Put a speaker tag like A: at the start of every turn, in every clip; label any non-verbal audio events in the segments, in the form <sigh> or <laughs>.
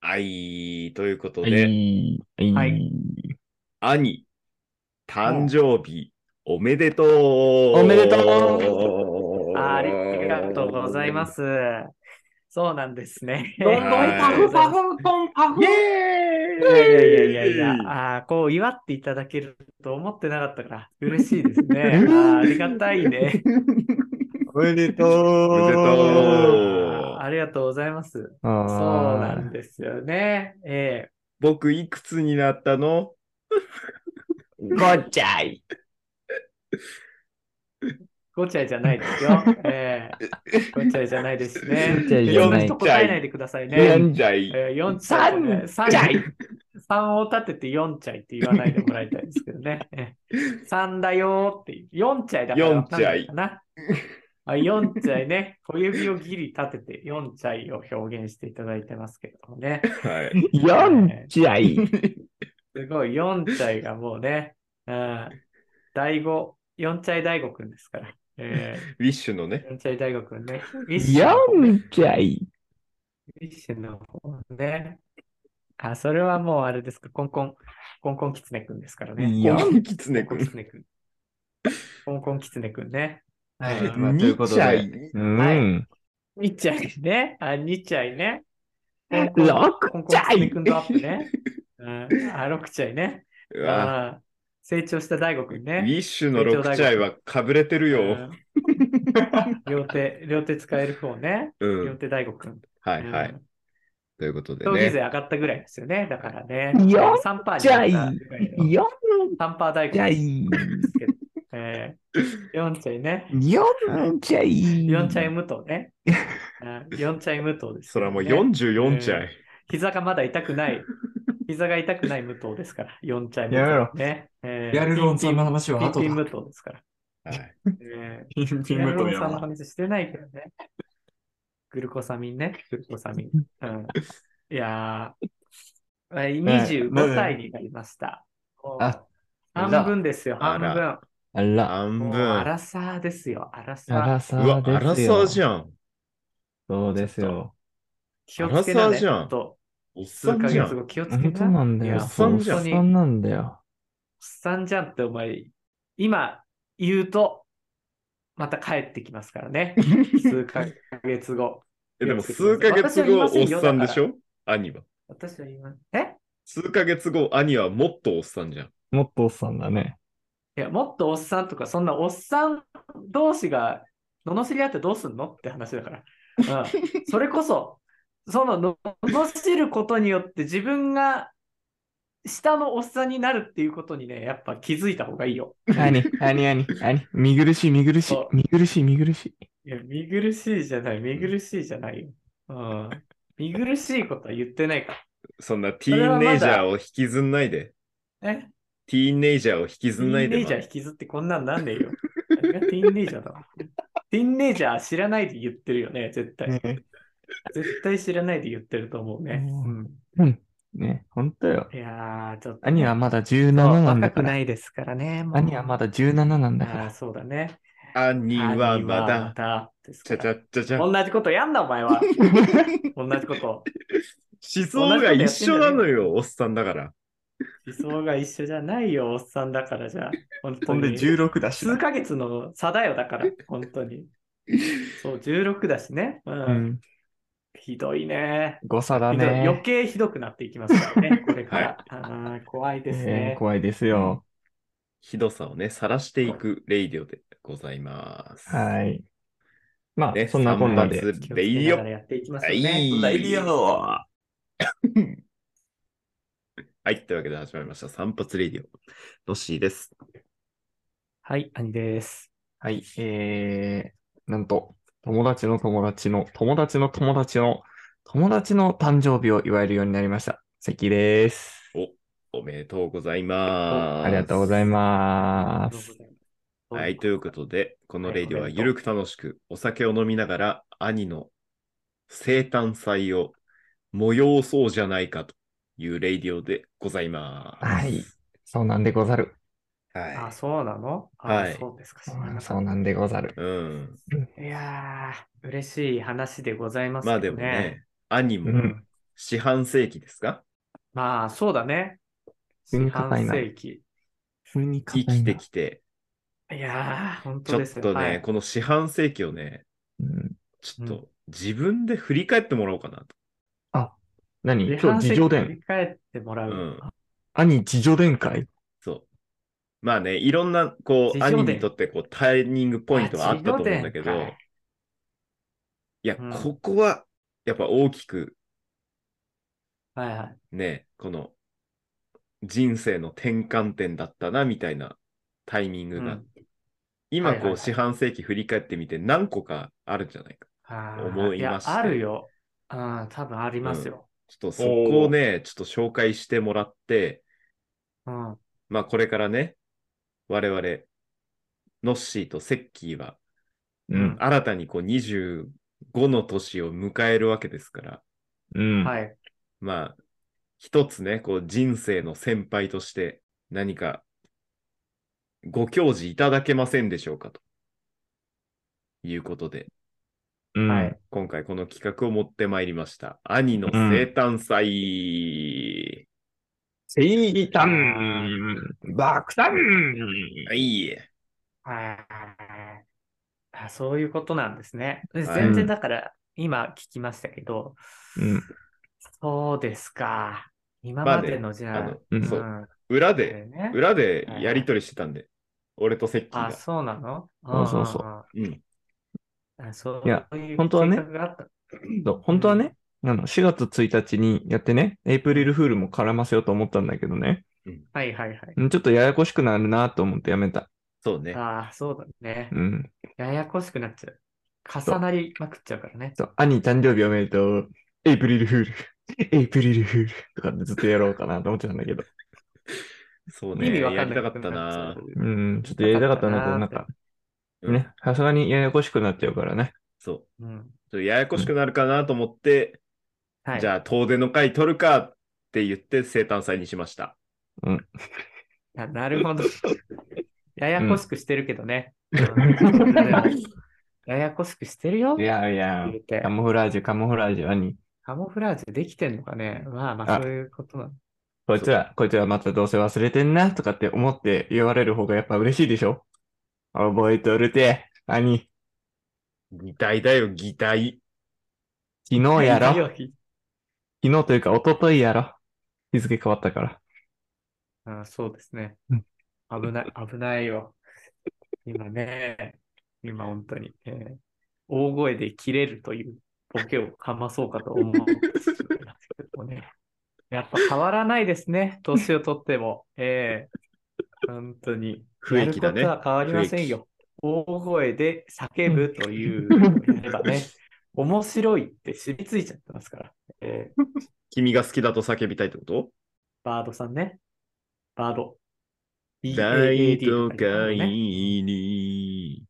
A: はい。ということ
B: は
A: で、
B: い。は
C: はいい。
A: 兄、誕生日、おめでとう
C: おめでと
A: う。
C: ありがとうございますす。そうなんですね。
B: どんどんパフパフパンパフ。
A: イエーイ
C: いやいやいやいやいや、ああ、こう祝っていただけると思ってなかったから、嬉しいですね。あーありがたいね。
B: おめでと
A: おめで
B: う。
A: と
C: あー
A: う
C: ありがとうございます。
B: そう
C: そうなんですよね。え
A: 僕、いくつになったの
B: ごっちゃい。
C: ー、ごちゃいじゃないですよ。えー、ごちゃいじゃないですね。
B: ごちゃいじゃない
C: そん人答えないでくださいね。
A: 四歳。
C: えー、4
B: さ
C: 歳、
B: ん
C: 三
B: ちゃい。
C: 三を立てて4チャイって言わないでもらいたいですけどね。え三だよーっていう。4チャイだから
A: 四チャイ
C: なんだかな。あ4チャイね。小指をギリ立てて4チャイを表現していただいてますけれどもね。
A: はい。
B: よんちゃい。
C: すごい、4チャイがもうね、うん、大悟、4チャイ大悟くんですから。え
A: ウィッシュのね。
C: ー、4チャイ大悟くんね。ウィッシュ
B: よ
C: の方ね
B: んちゃい。
C: ウィッシュの方ね。あ、それはもうあれですか、コンコン、コンコンキツネくんですからね。
B: いや
A: コンキツネ
C: コン
A: 君
C: コン。キツネくん。コンコンキツネくんね。はい
B: うんまあという
A: 2
B: ことで
A: 歳。
B: うん。
C: 2チャイね。あ、2チャイね。コン
B: 六
C: コ
B: ち
C: ン
B: ゃ
C: キツネ
B: い
C: く。んとアップね。うん、あ、6チャイね。
A: うわ
C: あ成長した大悟くん
A: ウ
C: ね。
A: ィッシュの6歳はかぶれてるよ。
C: うん両手、両手使える方ね。
A: う
C: 両
A: ん。
C: 手大悟くん。
A: はいは
C: う
A: い
C: ん。。
A: ということで
C: 消費税
A: ね。
C: 上がったぐらいですよね。だからね。
B: よっ
C: 3%になった
B: ちゃい
C: ぐらいの。
B: よ
C: 3%大
B: んちゃ
C: 根
B: い。
C: ですけど。えー、4チャイね。
B: よんちゃい。
C: 4チャイ無糖ね。うん4チャイ無糖です、
A: それはもう
C: ね。
A: 44歳。
C: 膝がまだ痛くない。膝が痛くない無糖ですから。4チャイ無
B: やめ
C: 糖
B: ろ、
C: ね。えー
D: ヒアルロン酸の話は後
C: ピンピン
D: だ。
C: 無糖ですから。
A: はい
C: え
D: ピン
C: ー、
D: ピ
C: ヒ
D: ン
C: ア
D: 無
C: ルロ
D: 糖
C: ン
D: や
C: 酸の
D: わ。
C: 話してないけどね。グルコサミンね。グルコサミン。うん、いやー、えー25歳になりました。もう
B: あ
C: 半分ですよ、
A: あ
C: 半
A: ら
C: 分。
B: あ
A: 半
B: ら。
C: もう
A: 分。う
C: ア
A: わ、
C: ラサーですよ、アラ
B: ア
C: サー。
B: ラサー
A: アラ
B: ですよ。
A: サーじゃん。
B: そうですよ。
C: 気をつけな
A: アラサ
C: ね。
A: ーじゃん
C: ちょっと
A: おっさ
C: 数
A: ん
C: ヶ
A: じゃ
C: 月
A: ん。
C: 後気をつけ
B: 本当
C: な。
B: なんだ
C: い
B: よ。
C: や
A: おっさんじゃん
B: おっ
C: 本当
B: さ
C: に
B: んなんだよ。
C: おっさんじゃんってお前、今言うと、また帰ってきますから
A: <laughs>
C: ね。数ヶ月後。
A: え、でも数ヶ月後、おっさんでしょ兄は。
C: 私は言います。え
A: 数ヶ月後、兄はもっとおっさんじゃん。
B: もっとおっさんだね。
C: いや、もっとおっさんとか、そんなおっさん同士が、罵り合ってどうすんのって話だから。うん、それこそ、その、の罵ることによって自分が下のおっさんになるっていうことにね、やっぱ気づいた方がいいよ。
B: 兄、兄、兄、兄。見苦しい、見苦しい
C: そう。
B: 見苦しい、見苦しい。
C: いや、見苦しいじゃない、見苦しいじゃないよ。うん。見苦しいことは言ってないか
A: そんなティーンネイジャーを引きずんないで。
C: ら。え
A: ティーンネイジャーを引き
C: テ
A: ず
C: ィ
A: んな
C: ー
A: い
C: ンネ
A: で
C: イジャー
A: ま。
C: 引きずってこんなんなんねえよ。何がティーンネイジャーだわティーンネイジャー知らないで言ってるよね、絶対。
B: ね
C: 絶対知らないで言ってると思うね。
B: うん。ね、本当よ。
C: いやー、ちょっとね、
B: 兄はまだ17
C: そ
B: な
C: う
B: んだ
C: 若
B: か
C: く
B: ら。
C: ないですからね。もう
B: 兄はまだ17なんだか
C: あー
B: ら。
C: そうだね。
A: 兄は
C: 兄
A: まだ。
C: です
A: ちゃ
C: か
A: ち
C: ら
A: ゃちゃちゃ。
C: 同じことやんな、お前は。
B: <laughs>
C: 同じこと。
A: 思想が一緒なのよ、おっさんだから。
C: 理想が一緒じゃないよ、おっさんだからじゃあ。本当
D: ほんで
C: に。
D: 16だしな
C: 数。ヶ月の差だよ、だから、本当に。そう、16だしね。うん。
B: うん。
C: ひどいね。
B: 誤差だ
C: ひどい余
B: ね。
C: 計ひどくなっていきますからね、これから。あー怖いです
B: え
C: ね
B: ー。怖いですよ。
A: ひどさをね、晒していくレイディオでございます。
B: はい。ま
A: ね、
B: あ、そんなこんなで。
A: 三
C: 気
A: 発
C: をつ
A: レイ
C: け
A: ディ
C: ながら
A: オ。
C: やっていきますよね。
A: は
D: レイディオ
A: <laughs> はい、というわけで始まりました。散髪レイディオ。ロッシーです。
C: はい、兄です。
B: はい。えー、なんと、友達の友達の友達の友達の友達の誕生日を祝えるようになりました。関です。
A: おめでとうございます。
B: ありがとうござい
C: あ
B: ま
C: りがとう
B: す。
C: ございます
A: はい、ということで、この
C: はい
A: レイディオは
C: おめでと
A: ゆ
C: う
A: るく楽しく、お酒を飲みながら、兄の生誕祭を催そうじゃないかというレイディオでございます。
B: はい。そうなんでござる。
C: あ、
A: は
C: そうなのあ
A: はい
C: そうですか。
B: そ
C: 知
B: う
C: ら
B: な
C: なか
B: ん
C: った
B: そうなんでござる。
A: い。うん。
C: いやー、嬉しい話でございます
A: まあ
C: け
A: で
C: ど
A: もね、兄も
B: うん
A: 四半世紀ですか
C: まあ、そうだね。
B: 急に
C: 四
B: 硬い
C: 半
B: な
C: 世紀。
B: 急に硬
A: 生
B: いな
A: きてきて、
C: いやー、本
A: ち
C: 当
A: ょ
C: で
A: っ
C: すよ
A: とね、
C: はい
A: この四半世紀をね、
B: うん
A: ちょっと自分で振り返ってもらおうかなと。
B: 何
C: 四
B: 今
C: 半
B: 日、
C: 世紀
B: 自叙
C: 振
B: 伝
C: り返ってもらう。
A: うん
B: 兄、自叙伝会
A: そう。まあね、いろんな、こう、
C: 自叙
A: 兄
C: 伝
A: にとって、こう、タイミングポイントはあったと思うんだけど、
C: あ自叙伝か
A: いや、
C: うん
A: ここは、やっぱ大きく
C: はいはい。
A: ね、この、人生の転換点だったな、みたいなタイミングが、
C: うん
A: 今、
C: はいはい
A: こ
C: は
A: う、
C: い
A: 四半世紀振り返ってみて、何個かあるんじゃないか。
C: あー
A: 思いまして
C: やあるよ。あー多分ありますよ。
A: ちょっと、そこをね、ちょっと紹介してもらって、
C: うん。
A: まあ、これからね、我々、ノッシーとセッキーは、
B: うん。
A: 新たにこう25の年を迎えるわけですから、
B: うん。
C: はい。
A: まあ、一つね、こう人生の先輩として何かご教示いただけませんでしょうかということで、
B: うん
C: はい。
A: 今回この企画を持ってまいりました。兄の生誕祭。
B: 生誕爆誕
A: はいえ。
C: はいあそういうことなんですね。で
A: はい
C: 全然だから、今聞きましたけど、
B: うん。
C: そうですか。今
A: まあ
C: ま
A: ね
C: でのじゃあ、
A: あの
B: うん
A: そう
C: うん
A: 裏
C: あ
A: で、
C: れね
A: 裏でやりとりしてたんで、俺とセッキーが。
C: あ、そうなの
B: そうそうそ
A: うん。
C: うん。あそう
B: い
C: い
B: や
C: う
B: 本当はね
C: 計画があった
B: そう本当はね、あの、4月1日にやってね、エイプリルフールも絡ませようと思ったんだけどね、
C: はいはいはい。
B: うんちょっとややこしくなるなと思ってやめた。
A: そうね。
C: ああ、そうだね。
B: うん。
C: ややこしくなっちゃう。重なりまくっちゃうからね。
B: そう兄誕生日おめでとう。エイプリルフール。 <laughs> エイプリルフール。とかでずっとやろうかなと思ってたんだけど。
A: そうね。
C: 意味わか
A: や
C: ん
A: り
C: な
A: た
C: く
A: か
C: なっ
A: っ
C: ちゃ
A: たな。
C: う
B: うん。ちょっとやりたかったなと思った。
A: うん
B: ね。さすがにややこしくなっちゃうからね。
A: そう。
C: う
A: ちょ
C: ん。
A: っとややこしくなるかなと思って、
C: はい。
A: じゃあ遠出の会取るかって言って生誕祭にしました。
C: あな
B: <laughs>
C: るほど。ややこしくしてるけどね。
B: ん
C: うんでもややこしくしてるよ。
B: やいや
C: 言うて
B: カモフラージュ、カモフラージュ、兄。
C: カモフラージュできてんのかね。まあまあ、
B: あ
C: そういうことなの。
B: こいつら、こいつらまたどうせ忘れてんなとかって思って言われる方がやっぱ嬉しいでしょ覚えとるて、兄。
A: 擬態だよ、擬態。
B: 昨日や
C: <laughs>
B: ろ。
C: う
B: 昨日というか一昨日やろ。日付変わったから。
C: ん。そうですね
B: うん。
C: 危ない、危ないよ。今ね、今本当に、えー大声で切れるというボケをかまそうかと思うんですけどね。やっぱ変わらないですね。年を取っても。ええ本当に。
A: 不益だね
C: やることは変わりませんよ。大声で叫ぶというのをやればね、面白いって染みついちゃってますから。ええ
A: 君が好きだと叫びたいってこと
C: バードさんね。バード。
A: 大
C: BAAD
A: 都
C: とか
A: 会
C: ね
A: に、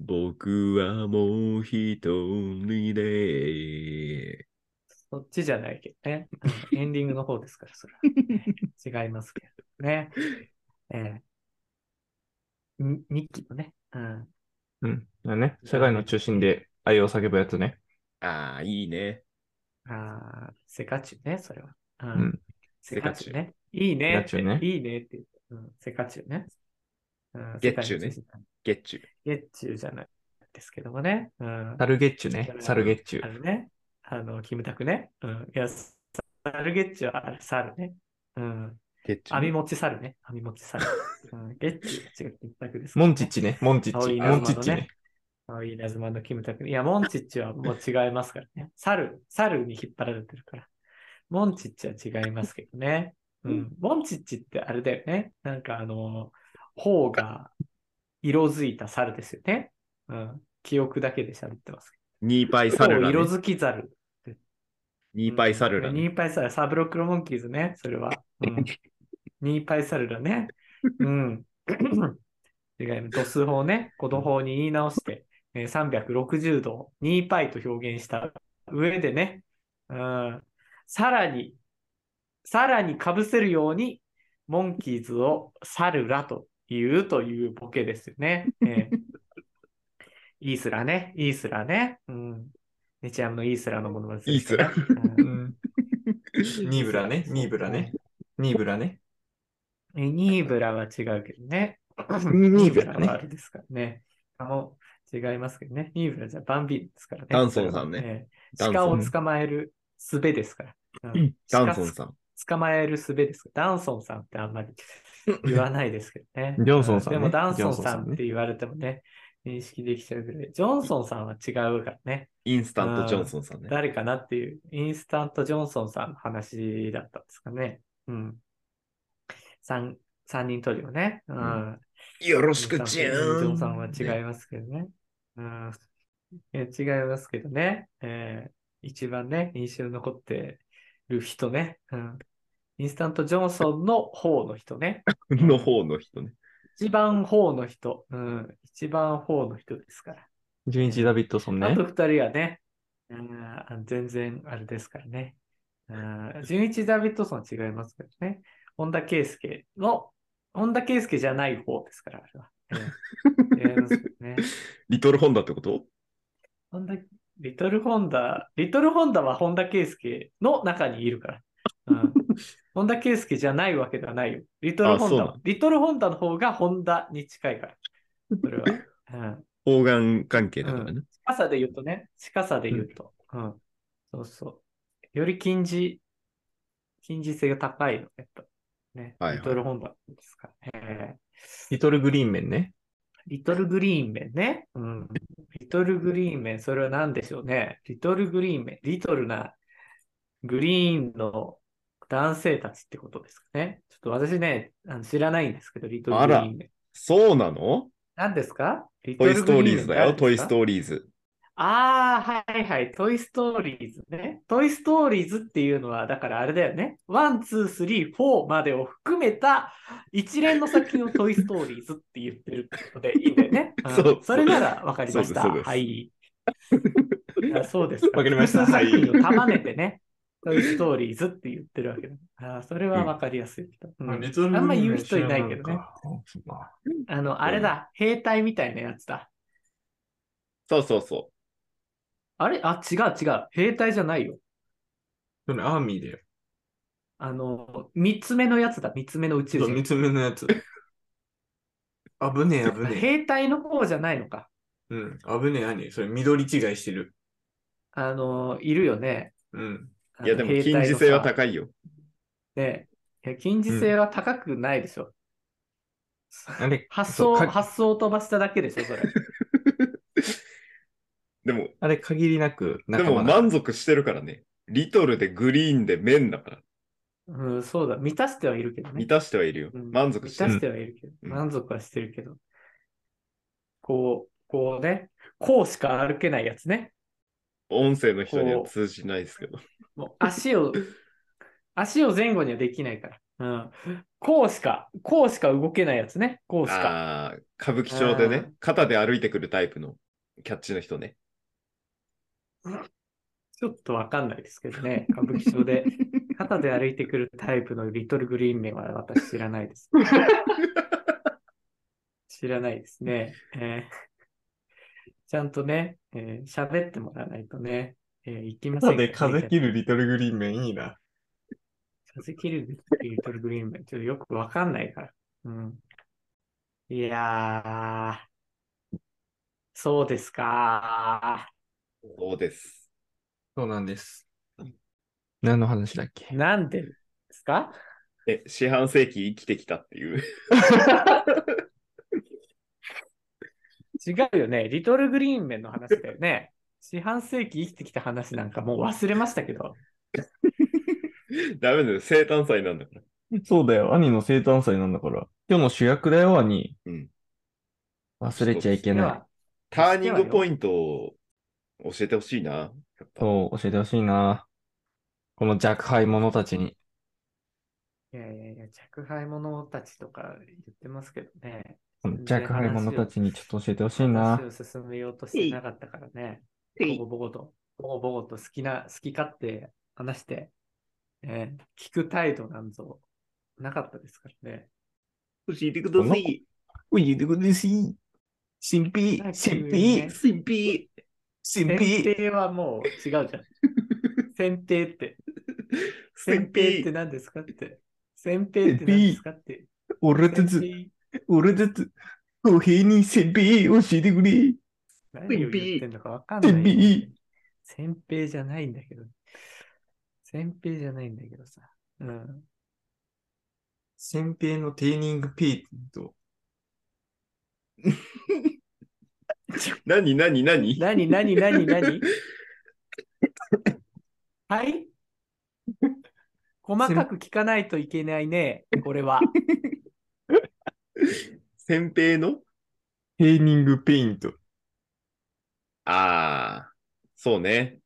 A: 僕はもう一人で、
C: そっちじゃないけどね。うんエンディングの方ですから、それは、ね。違いますけどね。ええに日記のね。うん。
B: うん。だね。社会の中心で愛を叫ぶやつね。
A: ああ、いいね。
C: ああ、セカチュね、それは。う
B: うん。
C: セカチュね。いいねっ
B: セカ
C: て。
B: チュね
C: いいねって言って。うん、セカチュね。うん、
A: ゲッチュね
C: 世界の中心。
A: ゲッチュ。
C: ゲッチュじゃないですけどもね。うん。
B: サルゲッチュね。サルゲッチ
C: あ
B: ュ。
C: のね。あの、キムタクね。うん。いや、サルゲッチュはあれ、サルね。うん。
A: ゲッチ
C: 網
A: ュ。
C: 持ち猿ね。網持ち猿。うん、ゲッチュが違う、キムタクです、
B: モンチッ。チね。モンチッ
C: 青い
B: チ。
C: 稲
B: モ
C: 妻のね
B: ンチッチね。
C: あいいなずまのキムタク。いや、モンチッチはもう違いますからね。猿、猿に引っ張られてるから。モンチッチは違いますけどね。うん。モンチッチってあれだよね。なんかあの、頬が色づいた猿ですよね。うん。記憶だけで喋ってますけ
A: ニーパイ
C: ど。
A: サル
C: 頬
A: ラ、
C: 色
A: ね。
C: づき猿。
A: ニーパイサルラ、
C: うん
A: ね。
C: ニーパイサルラ、サブロックロモンキーズね、それは。
A: <laughs>
C: うん、ニーパイサルラね。うん。 <coughs> 違います。度数法ね、語度法に言い直して、えー360度をニーパイと表現した上でね、うん、さらに、さらにかぶせるように、モンキーズをサルラと言うというボ
A: <laughs>
C: ケですよね。えーいいすらね、いいすらね。うん。ネチアムのイースラのものまね。
A: イースラ
C: うん
B: <laughs>
D: ニーブラね、ニーブラね。ニーブラね。
C: えニーブラは違うけどね。
B: ニーブラね
C: はあれですからね。あの違いますけどね。ニーブラじゃバンビーノですからね。
A: ダンソンさんね
C: ええ
A: ダンソン
C: 鹿を捕まえる術ですから。うん
A: ダンソンさん。
C: 捕まえる術ですから。ダンソンさんってあんまり言わないですけどね。
B: ジョンソンさんね
C: でもダンソン
B: ジョンソン
C: さ
B: さん
C: ん
B: ね
C: って言われてもね、認識できちゃうぐらい。ジョンソンさんは違うからね。
A: インスタント・ジョンソンさんね。
C: 誰かなっていう、インスタント・ジョンソンさんの話だったんですかね。うん。三三人トリオね。うん。
A: よろしく、
C: ジ
A: ジ
C: ョ
A: ュ
C: ン
A: ーン。
C: ソンは違いますけどね。うん。え違いますけどね。えー一番ね、印象に残ってる人ね。うん。インスタント・ジョンソンの方の人ね。
A: の方の人ね。
C: 一番方の人。うん。一番方の人ですから。
B: ジュンイチ・ダビッドソン
C: あ
B: ね
C: と。二人はね、うん全然あれですからね。うん純一ダビッドソンは違いますけどね。本田圭佑の、本田圭佑じゃない方ですから、あれは。うん違いますけどね。
A: リトル・ホンダってこと
C: 本田、リトルホンダ、リトルホンダは本田圭佑の中にいるから。うん、本田圭佑じゃないわけではないよ。リトルホン
A: あそう
C: ダ
A: な
C: は
A: の、
C: リトルホンダの方が本田に近いから。そ
A: <laughs>
C: れは。うん
A: 方眼関係だからね。
C: 近さで言うとね、近さで言うと。うん。そうそう。より近似、近似性が高いの、やっぱ。ね。
A: はいはい
C: リトルホンダですか。えー
B: リトル・グリーンメンね。
C: リトルグリーンメンね。うん。リトルグリーンメン、それは何でしょうね。リトルグリーンメン、リトルなグリーンの男性たちってことですかね。ちょっと私ね、あの知らないんですけど、リトルグリーンメン。
A: そうなの
C: 何ですかリト
A: ト
C: ル
A: イ・ストーリーズだよ、
C: グ
A: ト
C: リ
A: イ・
C: ーンメンって何ですか
A: ストーリーズ。
C: ああ、はいはい、トイ・ストーリーズね。トイ・ストーリーズっていうのは、だからあれだよね。ワン、ツー、スリー、フォーまでを含めた一連の作品をトイ・ストーリーズって言ってるってことでいいんだよね。ん
A: <laughs> そう
C: それならわかりました。
A: そうですそうです
C: はい。
A: <laughs>
C: いやそうです
B: わかりました
C: 複数
B: は
C: 作
B: い
C: 品を束ねてね、トイ・ストーリーズって言ってるわけだ。ああ、それはわかりやすい。うん
D: リトル
C: あんま言う人いないけどね。
B: あ
C: あの、あれだ、兵隊みたいなやつだ。
A: そうそうそ
C: あれあ、違う違う。兵隊じゃないよ。
D: それアーミーだよ。
C: あの、三つ目のやつだ、三つ目の宇宙
D: そう、三
C: 人。
D: つ目の
B: <laughs>
D: やつ。危ねえ、危ねえ。
C: 兵隊の方じゃないのか。
D: うん、危ねえ、兄。それ、緑違いしてる。
C: あの、いるよね。
D: うん。
A: う。いや、でも、近似性は高いよ。
C: い。ねいや近似性は高くないでしょ。
B: れ、
C: 発
B: そう
C: 想、
B: か
C: 発想を飛ばしただけでしょ、
A: <laughs>
C: それ。
A: でも、
B: あれ限りなく
A: で
B: 仲
A: も
B: 間だ。
A: 満足してるからね。リトルでグリーンで面だから。
C: うん、そうだ。満たしてはいるけどね
A: 満。たしてはいるよ。
C: うん
A: 満足してる。
C: 満たしてはいるけど、
A: うん
C: 満足はしてるけど。こう、こうね、こうしか歩けないやつね。
A: 音声の人には通じないですけど。
C: もう足
A: <laughs>
C: を、足を前後にはできないから。うん。こうしか、こうしか動けないやつね。こうしか。
A: ああ、歌舞伎町で
C: あ
A: ね
C: ー、
A: 肩で歩いてくるタイプのキャッチの人ね。
C: ちょっとわかんないですけどね、歌舞伎町で。肩で歩いてくるタイプのリトルグリーンメンは私知らな
D: <laughs>
C: いです。知らないですね。えーちゃんとね、えー喋ってもらわないとね、えー、いきません
D: た
C: からね
D: で風切るリトルグリーンメンいいな。
C: 風切るリトルグリーンメン、ちょっとよくわかんないから。うん。いやー、そうですか
A: そうです。
D: そうなんです。
B: 何の話だっけ
C: ー。なんでですか
A: え、四半世紀生きてきたっていう。 <laughs>
C: 違うよね。リトルグリーンメンの話だよね。四半世紀生きてきた話なんかもう忘れましたけど。
A: ダメだよ、生誕祭なんだから。
B: そうだよ。兄の生誕祭なんだから。今日の主役だよ、兄。
A: うん
B: 忘れちゃいけ
C: で
B: ない
C: は。
A: ターニングポイントを教えてほしいな。やっぱ
B: そう、教えてほしいな。この若輩者たちに。
C: いやいやいや、着配者たちとか言ってますけどね。
B: この若輩者たちにちょっと教えてほしいな
C: 話。を進めようとしてなかったからね。ボコボコと、ボコボコと好きな、好き勝手話して、ね聞く態度なんぞなかったですからね。
A: 教えてく
B: ださい。おいでください。神秘
C: なんか急にね
A: 神秘
B: 新
C: 選
B: 品
C: 定はもう違うじゃん。
B: <laughs>
C: 選定って。
A: 先
C: 選定って
A: 輩
C: 何ですかって。選定って何ですかって。
B: 俺た
C: 選
B: ち、
C: 定
B: 俺たち、不平に新品教えてくれ
C: 何を言ってんのかわかんな
B: 先
C: い。
B: 輩
C: 先兵じゃないんだけど。先兵じゃないんだけどさ。うん。
D: 先兵のテーニングピーと、
A: 何何何
C: 何何
B: <laughs>
C: 何何はい細かく聞かないといけないね、こ
B: <laughs>
C: れは。
A: 先輩の
D: テーニングペイント。
A: ああ、そうね。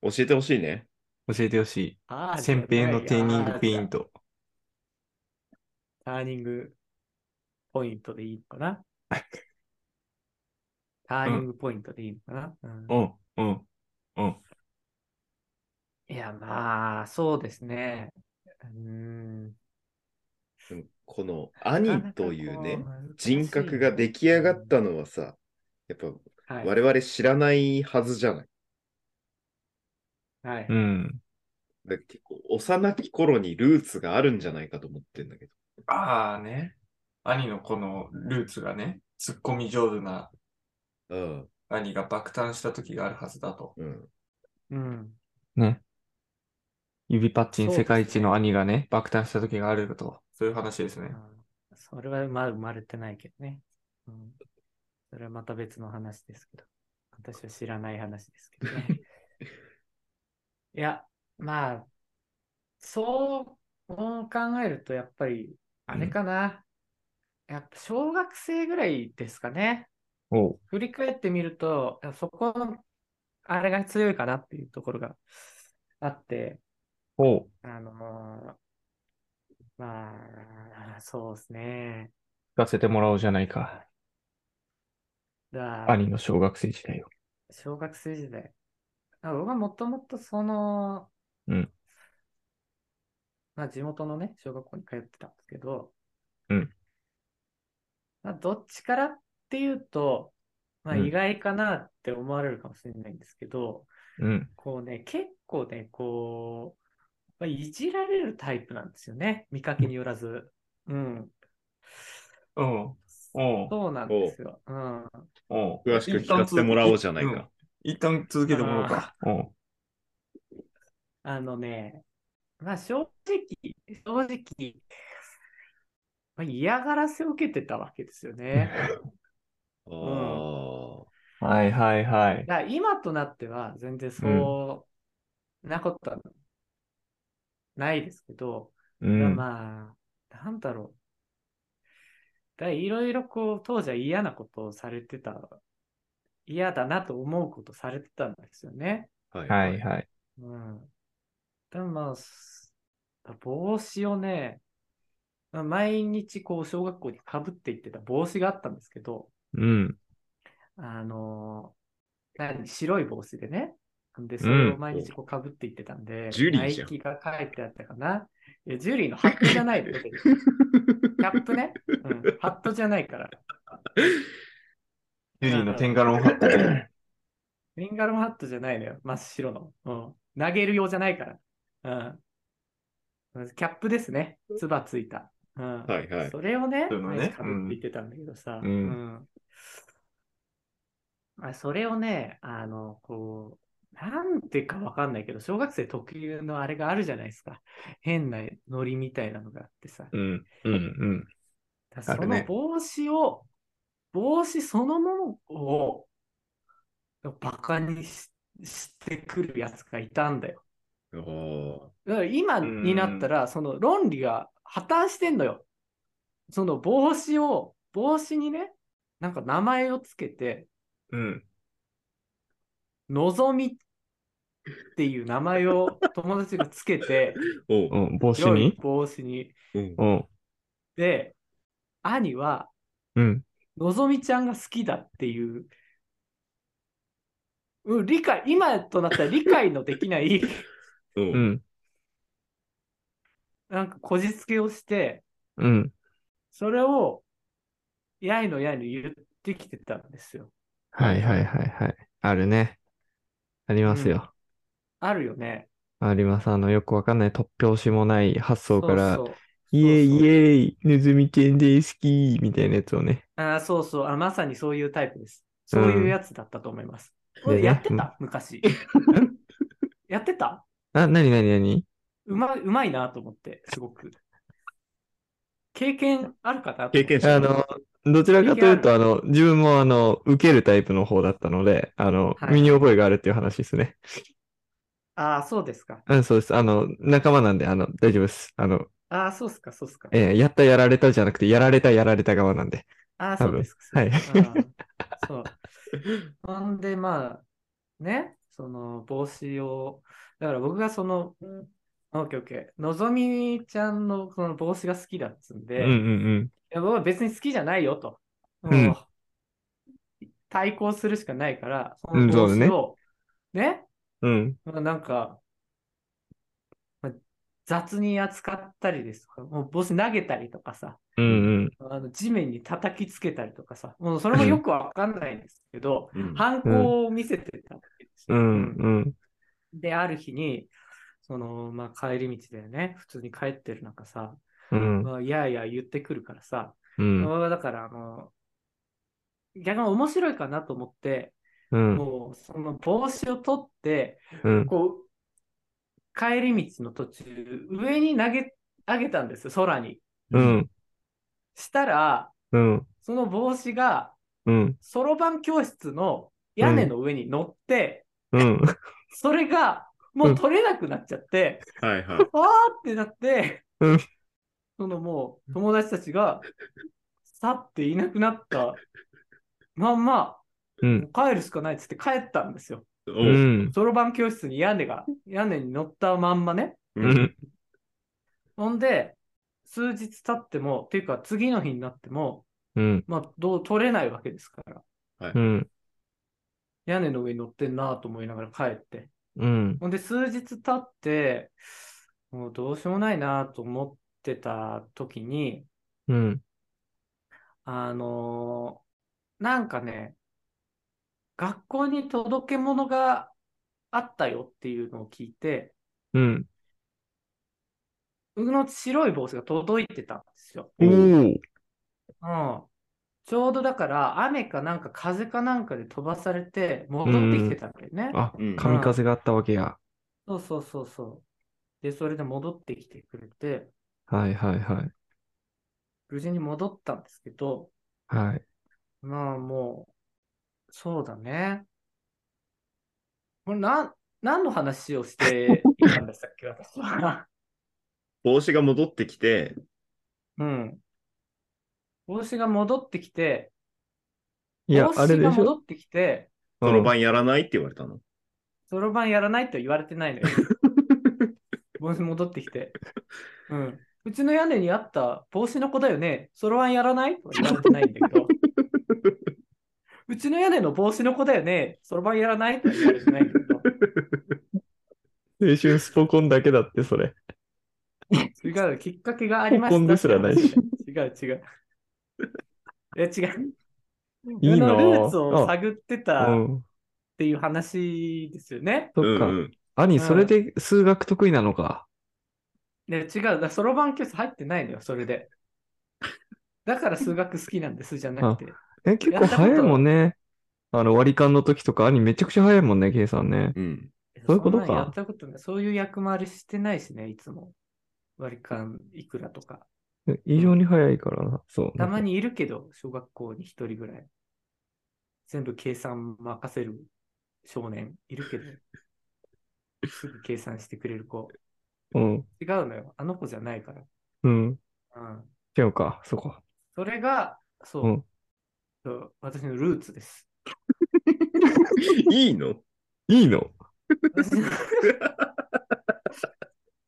A: 教えてほしいね。
B: 教えてほしい。
C: あー
B: 先兵のテーニングペイン。
C: じ
B: ト。
C: ゃないあーターニングポイントでいいのか
A: <laughs>
C: なターニングポイントでいいのかな、うん
B: うん、うん。
C: いや、まあ、そうですね。うーん。
A: でもこの兄というね、人格が出
C: き
A: 来上がったのはさ、やっぱ
C: はい
A: 我々知らないはずじゃない。
C: はい
B: うん。
A: だから結構幼き頃にルーツがあるんじゃないかと思ってんだけど。
D: ああね。兄のこのルーツがね、突っ込み上手な
A: うん。
D: 兄が爆誕した時があるはずだと。
A: うん。
C: うん。
B: 指パッチン
C: そうですね
B: 世界一の兄がね、爆誕した時があると。
D: そういう話ですね。
C: うんそれはまだ生まれてないけどね、うん。それはまた別の話ですけど。私は知らない話ですけどね。
A: <laughs>
C: いや、まあ、そう考えると、やっぱり、あれかな。やっぱ小学生ぐらいですかね。
B: おう
C: 振り返ってみると、そこの、あれが強いかなっていうところがあって、
B: おう
C: あのーまあ、そうですね。
B: 聞かせてもらおうじゃないか。
C: だ
B: 兄の小学生時代を。
C: 小学生時代。あ僕はもともとその、
B: うん
C: まあ地元のね、小学校に通ってたんですけど、
B: うん
C: まあどっちからっていうと、まあ
B: うん
C: 意外かなって思われるかもしれないんですけど、
B: うん。
C: こうね、結構ね、こう、まあ、いじられるタイプなんですよね。見かけによらず。うん。
D: うん。うん。
C: そうなんですよ。うん。
D: うん。
A: 詳しく聞かせてもらおうじゃないか。
D: 一旦続けてもらおうか。
B: おう
C: あのね、まあ正直、正直、まあ、嫌がらせを受けてたわけですよね。
A: あ
B: はいはいは
C: だ
B: い。
C: から今となっては全然そうなことはないですけど、
B: う
C: だから
B: ん。
C: まあ、なんだろう。だからいろいろこう当時は嫌なことをされてた、嫌だなと思うことされてたんですよね。
A: あ。は
B: はい。はい。
C: うん。でもまあす、帽子をね、まあ毎日こう小学校にかぶっていってた帽子があったんですけど、
B: うん。
C: あのー何白い帽子でね。で、
B: う
C: そ
B: ん
C: れを毎日こうかぶっていってたんで、
A: ジュリ
C: ナ
A: ー
C: イ
A: じゃん
C: キが書いてあったかな。いやジュリーのハットじ
A: <laughs>
C: ゃないよ。別にキャップね。うん。ハットじゃないから。
D: ジュリーの天下論ハットで。
C: リンガルムハットじゃないのよ。真っ白の。うん。投げる用じゃないから。うん。キャップですね。つばついた。うん。
A: はいはい
C: それをね、
D: そういうのね
C: かぶって言ってたんだけどさ。
B: うん
C: うんあそれをね、あの、こう、なんてかわかんないけど、小学生特有のあれがあるじゃないですか。変なノリみたいなのがあってさ。
B: うん。うん。うん。
C: だ
B: あ
C: そ
B: る
C: の
B: ね
C: 帽子を、帽子そのものを、バカにししてくるやつがいたんだよ。
A: <laughs> あー
C: だから今になったら、その論理が破綻してんのよ。その帽子を、帽子にね、なんか名前をつけて、
D: うん。
C: のぞみっていう名前を友達がつけて、
A: おう
B: うん。 <laughs> 帽子
C: よい
B: に
C: 帽子に。
A: うん
B: うん。
C: で、兄は、
B: うん。
C: のぞみちゃんが好きだっていう、うん、理解、今となったら理解のできない、 <laughs>
A: うん
B: う。ん。
C: なんかこじつけをして、
B: うん。
C: それを、やいのやいの言ってきてたんですよ。
B: はいはいはいはい。あるね。ありますよ。
C: あるよね。
B: あります。あの、よくわかんない突拍子もない発想から、
C: そうそう
B: イエ
C: そう
B: イ
C: そ
B: イ
C: う
B: エイ、ネズミちゃんで好きみたいなやつをね。
C: あーそうそうあ、まさにそういうタイプです。そういうやつだったと思います。
B: うん
C: これ
B: でね
C: やってた昔。やってた
B: あ、なになになに
C: うまうまいなと思って、すごく。経験ある方
A: 経験者
B: あの、どちらかというと、あの、自分もあの、受けるタイプの方だったので、あの、
C: はい
B: 身に覚えがあるっていう話ですね。
C: ああ、そうですか。
B: うん、そうです。あの、仲間なんで、あの、大丈夫です。あの、
C: ああ、そうっすか、そうっすか。
B: えーやったやられたじゃなくて、やられたやられた側なんで。
C: ああ、
B: 多
C: そ
B: 分
C: うですか。
B: はい
C: そうですあーそう。 <laughs> ほんで、まあ、ね、その帽子を、だから僕がその、オッケーオッケー、のぞみちゃんのその帽子が好きだっつん
B: うん
C: で、
B: うん
C: いや僕は別に好きじゃないよと。
B: うん
C: もう対抗するしかないから、そ
B: うん
C: の
B: そ
C: 帽
B: うだね
C: 子を、ね、
B: うん。うん。
C: まあなんか、まあ雑に扱ったりですとか、もう帽子投げたりとかさ、
B: うんうん。
C: あの地面に叩きつけたりとかさ、もうそれもよくわかんないんですけど、
A: うん
C: 犯行を見せてたわけです
B: う
C: よ
B: んうん。
C: で、ある日に、その、まあ、帰り道だよね、普通に帰ってる中さ、
B: うん。
C: まあ、いやいや言ってくるからさ、
B: うん。
C: 俺はだから、あの、逆に面白いかなと思って、
B: うん。
C: もう、その帽子を取って、
B: うん。
C: こう、帰り道の途中、上に投げ、上げたんですよ、空に。
B: うん。
C: したら、
B: うん。
C: その帽子が、
B: うん。
C: そろばん教室の屋根の上に乗って、
B: うん。
C: それが、もう取れなくなっちゃって、
A: はいはい。
C: あーってなって、
B: うん
C: そのもう友達たちが去っていなくなったまんま、
B: うん
C: もう。帰るしかないっつって帰ったんですよ。
A: お
B: う。
A: うん
C: そろばん教室に屋根が、屋根に乗ったまんまね。
B: う
A: うん
B: ん。
C: ほんで、数日経っても、っていうか次の日になっても、
B: うん。
C: まあ、どう取れないわけですから、
B: うん。
C: 屋根の上に乗ってんなと思いながら帰って。
B: うん。
C: ほんで、数日経って、もうどうしようもないなと思ってた時に、
B: うん。
C: あのーなんかね、学校に届け物があったよっていうのを聞いて、
B: うん。
C: 僕の白い帽子が届いてたんですよ。
B: おー。
C: うん。ちょうどだから、雨かなんか風かなんかで飛ばされて、戻ってきてたんだよね。
B: あ
A: うん、
B: 神風があったわけや。
C: そうそうそうそう。で、それで戻ってきてくれて、
B: はいはいはい。
C: 無事に戻ったんですけど、
B: はい。
C: まあもう、そうだね。これなん、何の話をしていたんでしたっけ、 <laughs> 私は。
A: 帽子が戻ってきて、
C: うん。帽子が戻ってきて、
B: いや
C: 帽、子
B: あれで
C: が
B: しょ。
C: 戻ってきて、
A: その晩やらないって言われたの。
C: そろばんやらないと言われてないの
B: <laughs>
C: よ。帽子戻ってきて。うん。うちの屋根にあった帽子の子だよね。そろばんやらないとは言われてないん
B: <laughs>
C: だけど。うちの屋根の帽子の子だよね。そろばんやらないとは言われてないんだけど。
B: うん青春スポコンだけだって、それ。
C: 違う、きっかけがありました。
B: 合コンですらないし
C: 違う、違う。 <laughs> え、違う。
B: いいなぁ
C: あのルーツを
B: あ
C: 探って
B: う
C: たっ
B: ん。
C: ていう話ですよね。
A: う
B: そっ
A: んう
B: か。
A: ん。
B: 兄、
C: うん
B: それで数学得意なのか。
C: ね違う、だそろばん教室入ってないのよ、それで。だから数学好きなんですじゃなくて。
B: え、結構早いもんね。あの、割り勘の時とか、兄めちゃくちゃ早いもんね、計算ね。
A: うん。 <laughs>
B: そういうことか
C: そんなんやったことない。そういう役回りしてないしね、いつも。割り勘いくらとか。
B: え異常に早いからな。そう。
C: たま。にいるけど、小学校に一人ぐらい。全部計算任せる少年いる
B: <laughs>
C: けど、すぐ計算してくれる子。
B: うん。
C: 違うのよ。あの子じゃないから。
B: うん。
C: うん。
B: 違うか、そこ。
C: それが、そう、
B: うん
C: そう私のルーツ
B: <laughs>
C: です。
A: いいの
B: いいの
C: 私の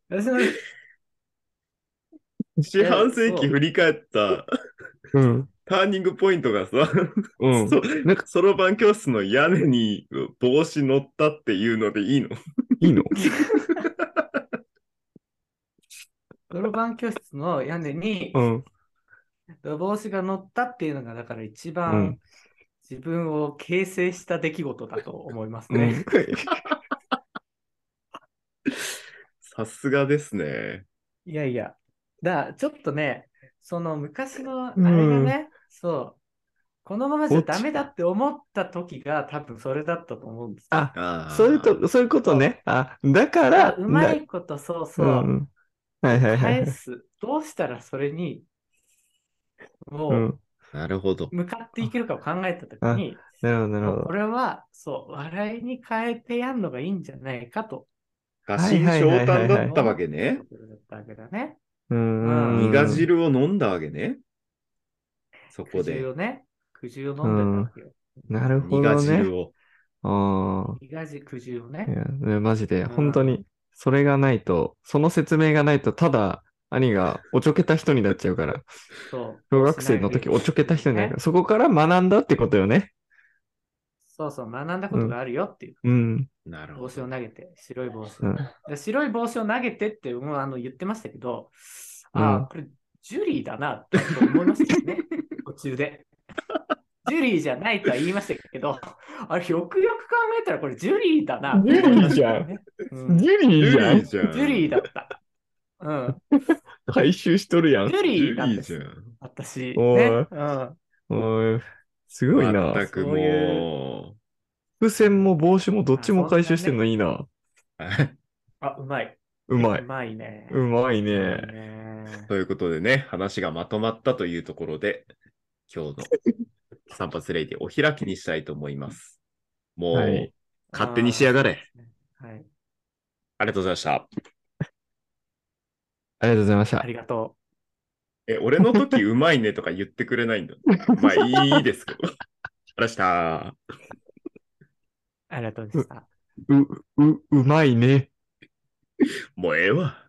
C: 私の
A: 四半世紀振り返った
B: うん。
A: ターニングポイントがさ、
B: う
A: <laughs>
B: ん。
A: そ
B: なんか、
A: そろばん教室の屋根に帽子乗ったっていうのでいいの
B: いいの
C: 泥板教室の屋根に
B: うん。
C: 帽子が乗ったっていうのが、だから一
B: う
C: 番
B: ん
C: 自分を形成した出来事だと思います
B: う
C: ね
B: ん。
A: さすがですね。
C: いやいや。だ、ちょっとね、その昔のあれ
B: うん
C: がね、そう、このままじゃダメだって思った時が多分それだったと思うんですよ。
B: あ、
A: あー
B: <laughs> そういうと、そういうことね。あ、だか、
C: だかららうま
B: だ
C: いこと、そうそう、
B: ん。はいはいはい
C: 返
B: はい。
C: す。どうしたらそれに、も
B: う。
C: うん
A: なるほど。
C: 向かっていけるかを考えた時に、
B: なるほど、なるほど
C: こ。れは、そう、笑いに変えてやんのがいいんじゃないかと。
A: 過
B: はい
A: 信
B: はい
A: 昇
B: はいはい
A: 胆だったわけね。
C: だったわけだね。
B: うー
C: うん
B: ん。
A: 苦汁を飲んだわけね。そこ
C: 苦汁
A: で。
C: をね、苦汁を飲んでたわけよ。
B: なるほ
A: 苦
B: どね
A: 汁。を。
B: ああ。
C: 苦汁、苦汁を
B: い
C: ね。
B: や、ねマジで、
C: うん
B: 本当に、それがないと、その説明がないと、ただ、兄がおちょけた人になっちゃうから、
C: そう。
B: 小学生の時おちょけた人になるから、そこから学んだってことよね。
C: そうそう、学んだことがあるよっていう。
B: うん。
A: なるほ
C: 帽子
A: ど。
C: を投げて、白い帽子。
B: うん、
C: で白い帽子を投げてって、もうあの言ってましたけど、ああ、
B: うん
C: これ、ジュリーだなって思いましたよ
B: <laughs>
C: ね、途中で。ジュリーじゃないとは言いましたけど、あれ、よくよく考えたら、これ、ジュリーだな。
B: ジュリーじゃん
C: ね。うんジ
B: ジュリーじゃん
A: ジ
C: ュリー
A: ー
C: だった。うん、
B: 回収しとるやん
C: ジ。ュ
A: ジ
C: リー
A: ュ
C: だ
A: リー
C: っ
A: じ
C: た
A: ゃ
C: し、
A: ん。
C: 私、
B: おい
C: ねうん。
B: おい、すごいな。
A: 全く
C: そう
A: も
B: 伏線も帽子もどっちも回収してんのいいな。
A: う。 <laughs>
C: あ、うまい。
B: うま
C: う
B: い。
C: まいね。
B: うまいうね
C: まい。ね
A: ということでね、話がまとまったというところで、今日の散髪レイディをお開きにしたいと思います。もう、
B: はい
A: 勝手にしやがれ。
C: はい。
A: ありがとうございました。
B: ありがとうございまし
C: あ
B: た。
C: りがとう。
A: え、俺の時うまいねとか言ってくれないんだ。まあいいですけ
B: <laughs>
A: ど。あらした。
C: ありがとうございました。
B: う、う、うまいね。
A: もうええわ。